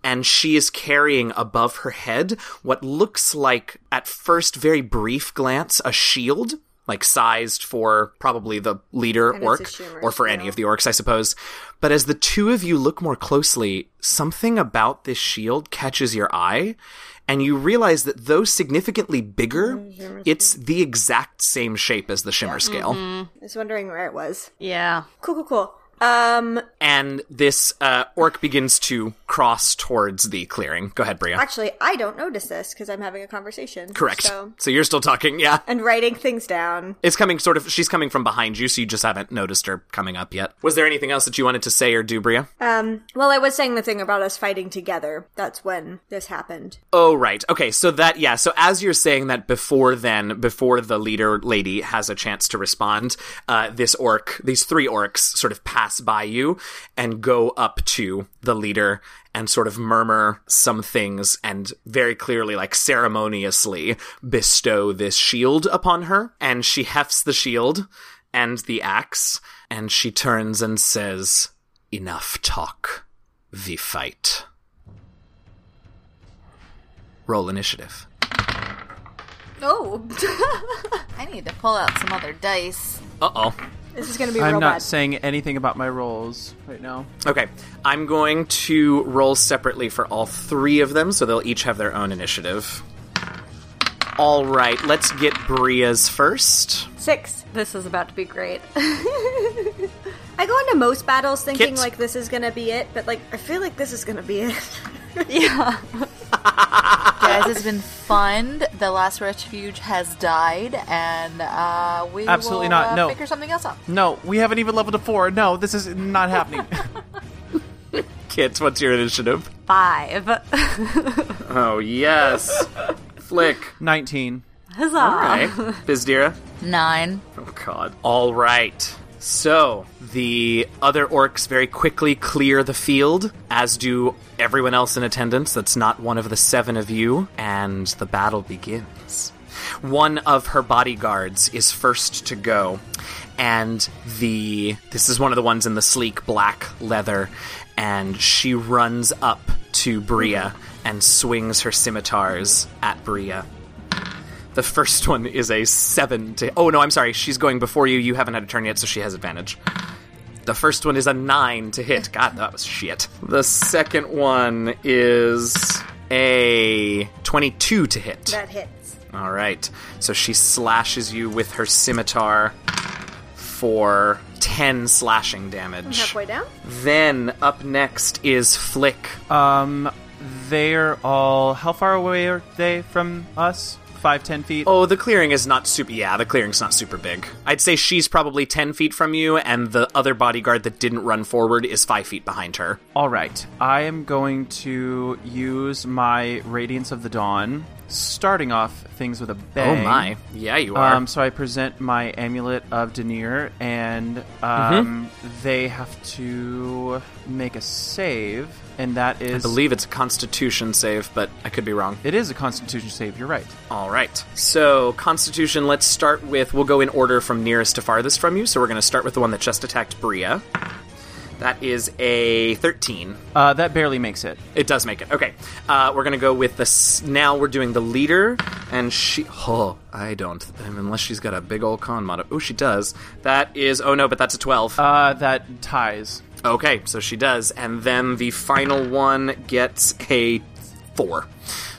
S1: and she is carrying above her head what looks like at first very brief glance a shield like sized for probably the leader
S3: it's a
S1: orc
S3: shimmer,
S1: or for any of the orcs i suppose but as the two of you look more closely something about this shield catches your eye and you realize that though significantly bigger it's the exact same shape as the shimmer scale
S3: I was wondering where it was.
S5: Yeah.
S3: Cool, cool, cool. Um,
S1: and this uh, orc begins to cross towards the clearing. Go ahead, Bria.
S3: Actually, I don't notice this because I'm having a conversation.
S1: Correct.
S3: So,
S1: so you're still talking, yeah.
S3: and writing things down.
S1: It's coming sort of, she's coming from behind you, so you just haven't noticed her coming up yet. Was there anything else that you wanted to say or do, Bria?
S3: Um, well, I was saying the thing about us fighting together. That's when this happened.
S1: Oh, right. Okay. So that, yeah. So as you're saying that before then, before the leader lady has a chance to respond, uh, this orc, these three orcs sort of pass by you and go up to the leader and sort of murmur some things and very clearly, like ceremoniously bestow this shield upon her. And she hefts the shield and the axe and she turns and says, enough talk. We fight. Roll initiative.
S5: Oh,
S2: I need to pull out some other dice.
S1: Uh oh.
S3: This is going to be
S4: I'm
S3: real
S4: not
S3: bad.
S4: saying anything about my rolls right now.
S1: Okay, I'm going to roll separately for all three of them, so they'll each have their own initiative. All right, let's get Bria's first.
S3: Six.
S5: this is about to be great.
S3: I go into most battles thinking
S1: Kit.
S3: like this is going to be it, but like I feel like this is going to be it.
S5: yeah.
S2: Guys, it's been fun. The last refuge has died, and uh, we
S4: Absolutely
S2: will,
S4: not.
S2: uh,
S4: No.
S2: figure something else out.
S4: No, we haven't even leveled to four. No, this is not happening.
S1: Kit, what's your initiative?
S5: Five.
S1: Oh, yes. Flick.
S4: 19.
S5: Huzzah.
S1: Okay. Bizdira.
S2: Nine.
S1: Oh, God. All right. So, the other orcs very quickly clear the field, as do everyone else in attendance that's not one of the seven of you, and the battle begins. One of her bodyguards is first to go, and the. This is one of the ones in the sleek black leather, and she runs up to Bria and swings her scimitars at Bria. The first one is a seven to. Oh no, I'm sorry. She's going before you. You haven't had a turn yet, so she has advantage. The first one is a nine to hit. God, that was shit. The second one is a 22 to hit.
S3: that hits.
S1: All right. So she slashes you with her scimitar for 10 slashing damage.
S3: Oh, Halfway down.
S1: Then up next is Flick.
S4: Um, they're all. How far away are they from us? Five, ten feet.
S1: Oh, the clearing is not super. Yeah, the clearing's not super big. I'd say she's probably 10 feet from you, and the other bodyguard that didn't run forward is 5 feet behind her.
S4: All right. I am going to use my Radiance of the Dawn, starting off things with a bang.
S1: Oh my. Yeah, you are.
S4: Um, so I present my amulet of Denier, and
S1: Mm-hmm.
S4: um, they have to make a save, and that is
S1: I believe it's a constitution save, but I could be wrong.
S4: it is a Constitution save. You're right.
S1: All right. So, Constitution, let's start with. We'll go in order from nearest to farthest from you. So, we're going to start with the one that just attacked Bria. That is a 13.
S4: Uh, that barely makes it.
S1: It does make it. Okay. Uh, we're going to go with this. Now we're doing the leader, and she. Oh, I don't. Unless she's got a big old con mod. Oh, she does. That is. Oh, no, but that's a 12.
S4: Uh, that ties.
S1: okay, so she does. And then the final one gets a 4.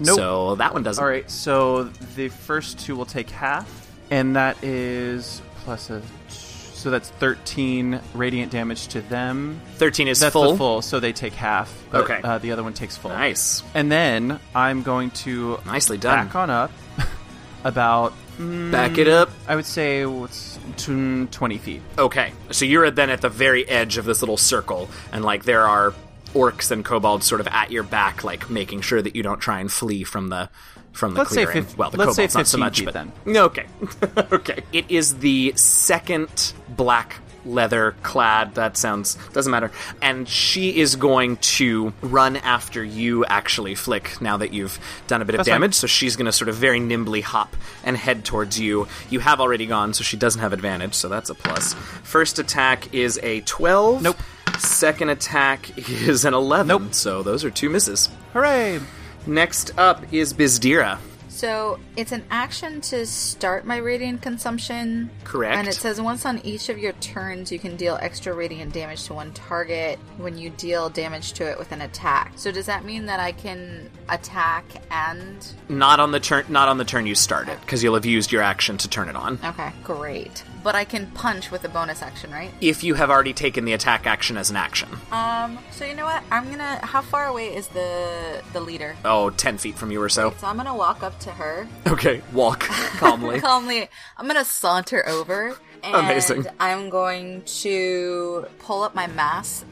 S4: Nope.
S1: So, that one doesn't.
S4: All right. So the first two will take half, and that is plus a. So that's 13 radiant damage to them.
S1: 13 is
S4: That's
S1: full.
S4: the full, so they take half. but,
S1: Okay.
S4: Uh, the other one takes full.
S1: Nice.
S4: And then I'm going to
S1: Nicely done.
S4: back on up about
S1: Back it up.
S4: I would say what's tw- 20 feet.
S1: Okay, so you're then at the very edge of this little circle, and like there are orcs and kobolds sort of at your back, like making sure that you don't try and flee from the from the
S4: Let's say
S1: clearing.
S4: fif-
S1: well, the
S4: let's say
S1: kobolds not so
S4: 15
S1: much,
S4: feet
S1: but
S4: then.
S1: okay, okay. It is the second black leather clad. That sounds doesn't matter. And she is going to run after you. Actually, flick. Now that you've done a bit of
S4: fine.
S1: damage, so she's going to sort of very nimbly hop and head towards you. You have already gone, so she doesn't have advantage, so that's a plus. First attack is a 12.
S4: Nope.
S1: Second attack is an 11.
S4: Nope.
S1: So those are two misses.
S4: Hooray!
S1: Next up is Bizdira.
S2: So it's an action to start my radiant consumption.
S1: Correct.
S2: And it says once on each of your turns, you can deal extra radiant damage to one target when you deal damage to it with an attack. So does that mean that I can attack and.
S1: Not on the turn. Not on the turn you start it, because you'll have used your action to turn it on.
S2: Okay, great. But I can punch with a bonus action, right?
S1: If you have already taken the attack action as an action,
S2: Um, so you know what? I'm gonna. How far away is the the leader?
S1: oh, 10 feet from you or so.
S2: So I'm gonna walk up to her
S1: Okay, walk calmly.
S2: calmly. I'm gonna saunter over. And
S1: Amazing.
S2: I'm going to pull up my mask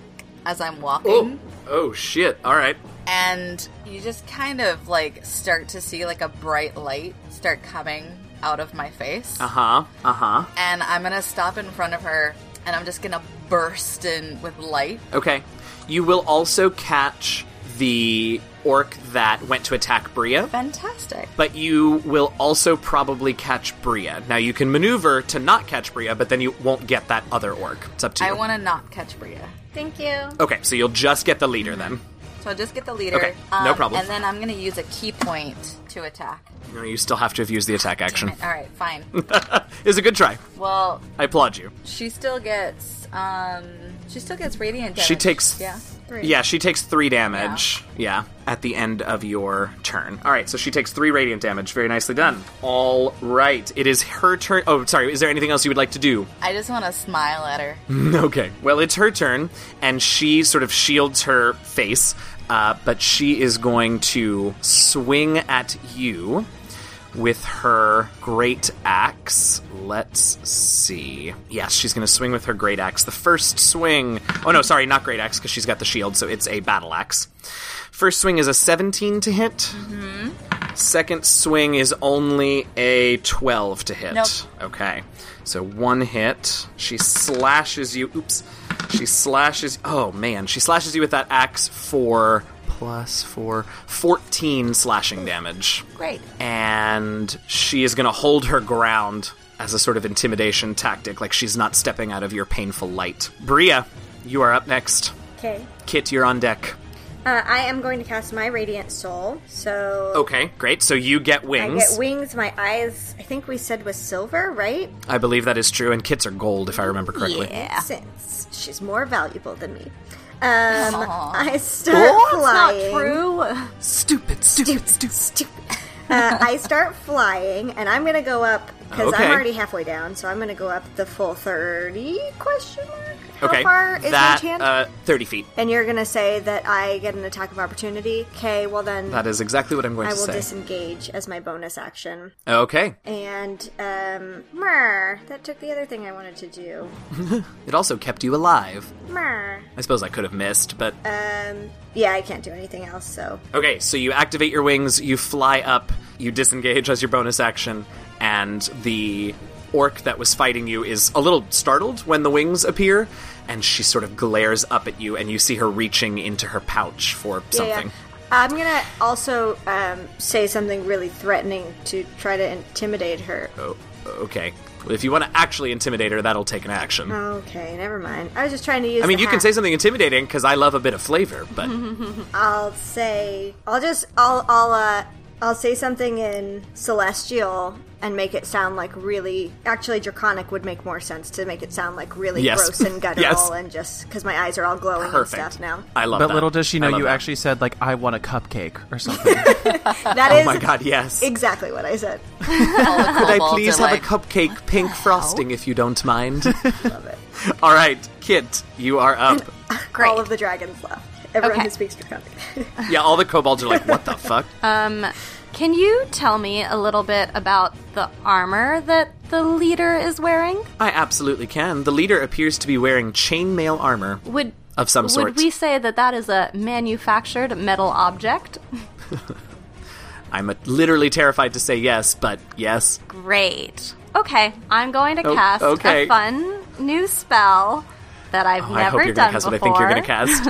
S2: as I'm walking,
S1: oh, oh shit! All right.
S2: and you just kind of like start to see like a bright light start coming out of my face.
S1: Uh huh. Uh huh.
S2: And I'm gonna stop in front of her, and I'm just gonna burst in with light.
S1: Okay. You will also catch the orc that went to attack Bria,
S2: Fantastic.
S1: but you will also probably catch Bria. Now you can maneuver to not catch Bria, but then you won't get that other orc. It's up to you.
S2: I want to not catch Bria.
S5: Thank you.
S1: okay, so you'll just get the leader then.
S2: So I'll just get the leader. um,
S1: Okay, no problem.
S2: And then I'm going to use a key point to attack.
S1: No, you still have to have used the attack action.
S2: All right, fine.
S1: It's a good try.
S2: well,
S1: I applaud you.
S2: she still gets um she still gets radiant damage.
S1: She takes
S2: yeah.
S1: Yeah, she takes three damage. Yeah. at the end of your turn. All right, so she takes three radiant damage. Very nicely done. All right, it is her turn. Oh, sorry. Is there anything else you would like to do?
S2: I just want to smile at her.
S1: Mm. Okay. Well, it's her turn, and she sort of shields her face, uh, but she is going to swing at you with her great axe. Let's see. Yes, she's going to swing with her great axe. The first swing. Oh, no, sorry, not great axe, because she's got the shield, so it's a battle axe. First swing is a 17 to hit. Second swing is only a 12 to hit.
S2: Nope.
S1: Okay. So one hit. She slashes you. Oops. She slashes. Oh, man. She slashes you with that axe for plus four. 14 slashing damage.
S2: Great.
S1: And she is going to hold her ground as a sort of intimidation tactic, like she's not stepping out of your painful light. Bria, you are up next.
S3: Okay.
S1: Kit, you're on deck.
S3: Uh, I am going to cast my Radiant Soul. So
S1: Okay, great. So you get
S3: I
S1: Oh, wings.
S3: get wings. My eyes, I think we said was silver, right?
S1: I believe that is true, and kits are gold, if I remember correctly.
S5: Yeah.
S3: Since she's more valuable than me. Um, I start
S5: Oh,
S3: flying.
S5: not true.
S1: Stupid, stupid, stupid.
S3: Uh, I start flying, and I'm going to go up because
S1: Okay.
S3: I'm already halfway down. So I'm going to go up the full thirty question mark. How
S1: Okay,
S3: far is
S1: that
S3: my chance?
S1: uh, thirty feet.
S3: and you're going to say that I get an attack of opportunity. Okay, well then
S1: That is exactly what I'm going
S3: I
S1: to
S3: will
S1: say.
S3: disengage as my bonus action.
S1: okay.
S3: And um, mer, that took the other thing I wanted to do.
S1: It also kept you alive.
S3: Mer.
S1: I suppose I could have missed, but
S3: Um, yeah, I can't do anything else. So
S1: okay. So you activate your wings, you fly up, you disengage as your bonus action, and the orc that was fighting you is a little startled when the wings appear, and she sort of glares up at you, and you see her reaching into her pouch for
S3: Yeah, yeah.
S1: something.
S3: I'm gonna also um, say something really threatening to try to intimidate her.
S1: Oh, okay. Well, if you want to actually intimidate her, that'll take an action.
S3: Okay, never mind. I was just trying to use.
S1: I mean,
S3: the
S1: you can
S3: hack.
S1: say something intimidating because I love a bit of flavor, but
S3: I'll say. I'll just. I'll. I'll. Uh, I'll say something in celestial and make it sound like really. Actually, draconic would make more sense to make it sound like really
S1: Yes.
S3: gross and guttural
S1: Yes.
S3: and just because my eyes are all glowing and
S1: perfect.
S3: stuff now.
S1: I love
S4: But
S1: that.
S4: little does she know
S1: I love
S4: you
S1: that.
S4: actually said like I want a cupcake or something.
S3: That is
S1: Oh my god, yes.
S3: exactly what I said.
S2: All the
S1: Could I
S2: kobolds
S1: please
S2: are
S1: have
S2: like,
S1: a cupcake, pink frosting, if you don't mind? All right, Kit, you are up.
S5: Great.
S3: All of the dragons laugh. Everyone who
S5: Okay.
S3: speaks draconic.
S1: yeah, all the kobolds are like, what the fuck?
S5: Can you tell me a little bit about the armor that the leader is wearing?
S1: I absolutely can. The leader appears to be wearing chainmail armor.
S5: Would
S1: Of some
S5: would
S1: sort.
S5: we say that that is a manufactured metal object?
S1: I'm uh literally terrified to say yes, but yes.
S5: Great. Okay, I'm going to
S1: Oh,
S5: cast
S1: okay.
S5: a fun new spell that I've
S1: Oh,
S5: never
S1: I hope you're gonna
S5: done
S1: cast
S5: before.
S1: what I think you're gonna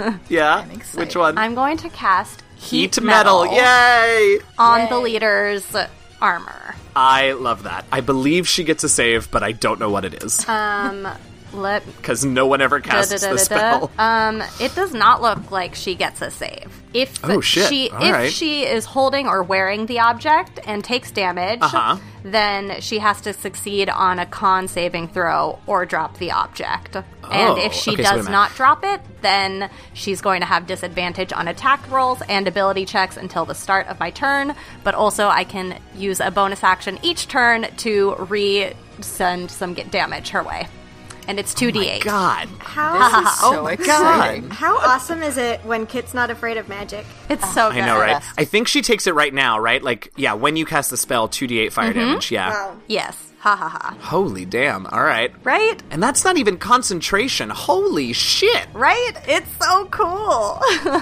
S1: cast. Yeah. Which
S2: excited.
S1: one?
S5: I'm going to cast heat,
S1: Heat metal. Yay!
S5: on the
S2: Yay.
S5: leader's armor.
S1: I love that. I believe she gets a save, but I don't know what it is.
S5: Um, Let
S1: because no one ever casts the spell.
S5: Um, it does not look like she gets a save. If
S1: Oh, shit.
S5: she
S1: All
S5: if
S1: right.
S5: she is holding or wearing the object and takes damage,
S1: Uh-huh.
S5: then she has to succeed on a con saving throw or drop the object. and if
S1: Oh, okay, so
S5: she
S1: wait a
S5: does
S1: minute.
S5: not drop it, then she's going to have disadvantage on attack rolls and ability checks until the start of my turn. But also, I can use a bonus action each turn to resend some get damage her way. And it's 2d8.
S1: Oh God,
S3: How
S2: so exciting.
S3: how awesome is it when Kit's not afraid of magic?
S5: It's so good.
S1: Oh, I know, right?
S2: best.
S1: I think she takes it right now, right? Like, yeah, when you cast the spell, two d8 fire
S5: Mm-hmm.
S1: damage. Yeah,
S3: Wow.
S5: Yes. Ha ha ha.
S1: holy damn! All right,
S5: Right?
S1: and that's not even concentration. Holy shit!
S5: Right? It's so cool.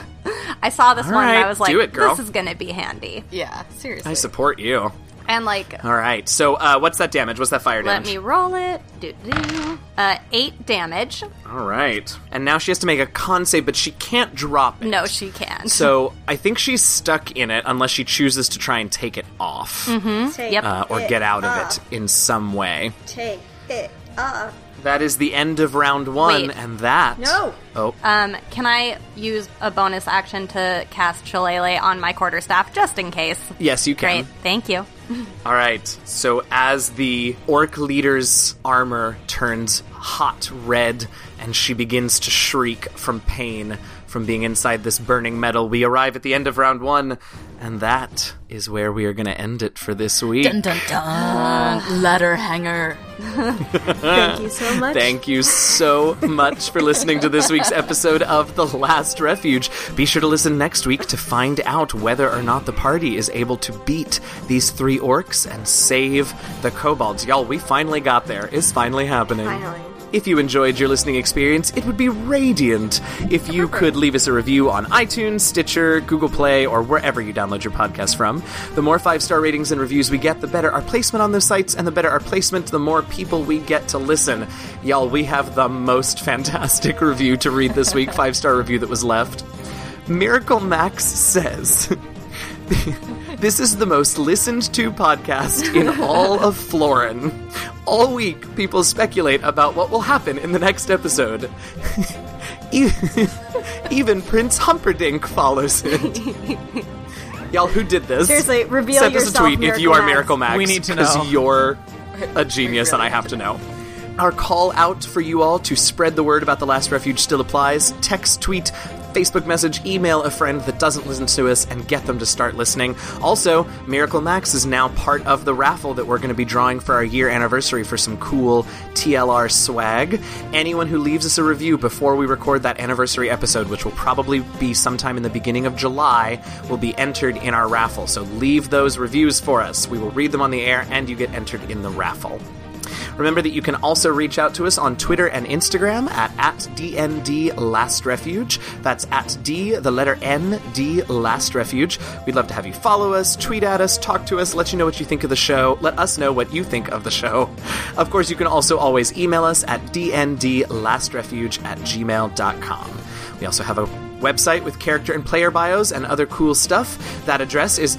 S5: I saw this one and
S1: right,
S5: I was like,
S1: do it, girl.
S5: this is going to be handy.
S2: Yeah, seriously.
S1: I support you.
S5: And like,
S1: All right, so uh, what's that damage? What's that fire
S5: let
S1: damage?
S5: me roll it. Do do. Uh, eight damage.
S1: All right, and now she has to make a con save, but she can't drop it.
S5: No, she can't.
S1: So I think she's stuck in it unless she chooses to try and take it off
S5: Mm-hmm.
S3: Take
S5: Yep.
S1: uh, or
S3: it
S1: get out of
S3: off.
S1: it in some way.
S3: Take it off.
S1: That is the end of round one,
S5: Wait.
S1: and that.
S3: No.
S1: Oh,
S5: um, can I use a bonus action to cast Shillelagh on my quarterstaff just in case?
S1: yes, you can.
S5: Great. Thank you.
S1: All right. So as the orc leader's armor turns hot red and she begins to shriek from pain from being inside this burning metal, we arrive at the end of round one, and that is where we are going to end it for this week.
S2: Dun dun dun. Ladder hanger.
S3: Thank you so much.
S1: Uh, Thank you so much for listening to this week's episode of The Last Refuge. Be sure to listen next week to find out whether or not the party is able to beat these three orcs and save the kobolds. Y'all, we finally got there. It's finally happening.
S3: Finally.
S1: If you enjoyed your listening experience, it would be radiant if you could leave us a review on iTunes, Stitcher, Google Play, or wherever you download your podcast from. The more five star ratings and reviews we get, the better our placement on those sites, and the better our placement, the more people we get to listen. Y'all, we have the most fantastic review to read this week, five star review that was left. Miracle Max says. This is the most listened to podcast in all of Florin. All week, people speculate about what will happen in the next episode. E- Even Prince Humperdinck follows it. Y'all, who did this?
S3: Seriously, reveal
S1: Send us a
S3: yourself,
S1: tweet if you are Miracle
S3: Miracle
S1: Max.
S4: We need to know.
S1: Because you're a genius and I have to know. Our call out for you all to spread the word about The Last Refuge still applies. Text, tweet, Facebook message, email a friend that doesn't listen to us and get them to start listening. Also, Miracle Max is now part of the raffle that we're going to be drawing for our year anniversary for some cool TLR swag. Anyone who leaves us a review before we record that anniversary episode, which will probably be sometime in the beginning of July, will be entered in our raffle. So leave those reviews for us. We will read them on the air and you get entered in the raffle. Remember that you can also reach out to us on Twitter and Instagram at, at DND Last Refuge. That's at D, the letter N, D Last Refuge. We'd love to have you follow us, tweet at us, talk to us, let you know what you think of the show, let us know what you think of the show. Of course, you can also always email us at dndlastrefuge at gmail.com. We also have a website with character and player bios and other cool stuff. That address is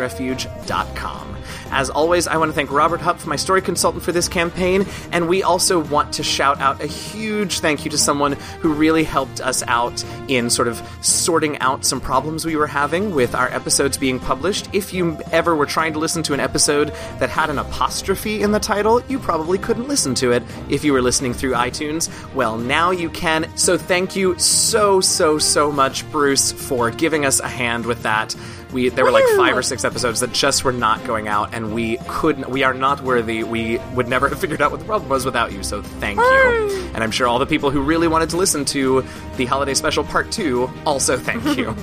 S1: www.dndlastrefuge.com. As always, I want to thank Robert Hupp, my story consultant for this campaign, and we also want to shout out a huge thank you to someone who really helped us out in sort of sorting out some problems we were having with our episodes being published. If you ever were trying to listen to an episode that had an apostrophe in the title, you probably couldn't listen to it if you were listening through iTunes. Well, now you can. So thank you so so so much, Bruce, for giving us a hand with that. We there were like five or six episodes that just were not going out, and we couldn't. We are not worthy. We would never have figured out what the problem was without you. So thank you, and I'm sure all the people who really wanted to listen to the holiday special part two also thank you.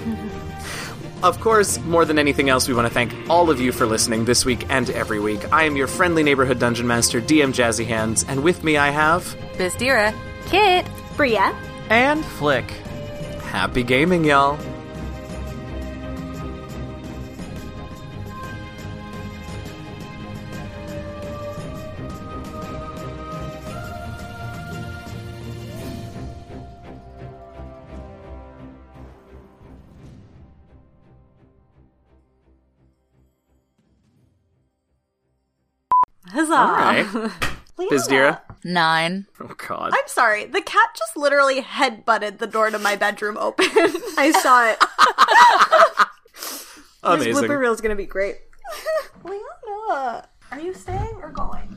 S1: Of course, more than anything else, we want to thank all of you for listening this week and every week. I am your friendly neighborhood dungeon master, DM Jazzy Hands, and with me I have
S2: Bizdira.
S5: Kit.
S3: Bria.
S4: And Flick.
S1: Happy Gaming, y'all.
S5: Huzzah.
S1: All right.
S3: Leanna.
S1: Bizdira?
S2: Nine.
S1: Oh, God.
S3: I'm sorry. The cat just literally head butted the door to my bedroom open.
S4: I saw it. This
S1: Amazing.
S4: blooper reel is going to be great.
S3: Leanna, are you staying or going?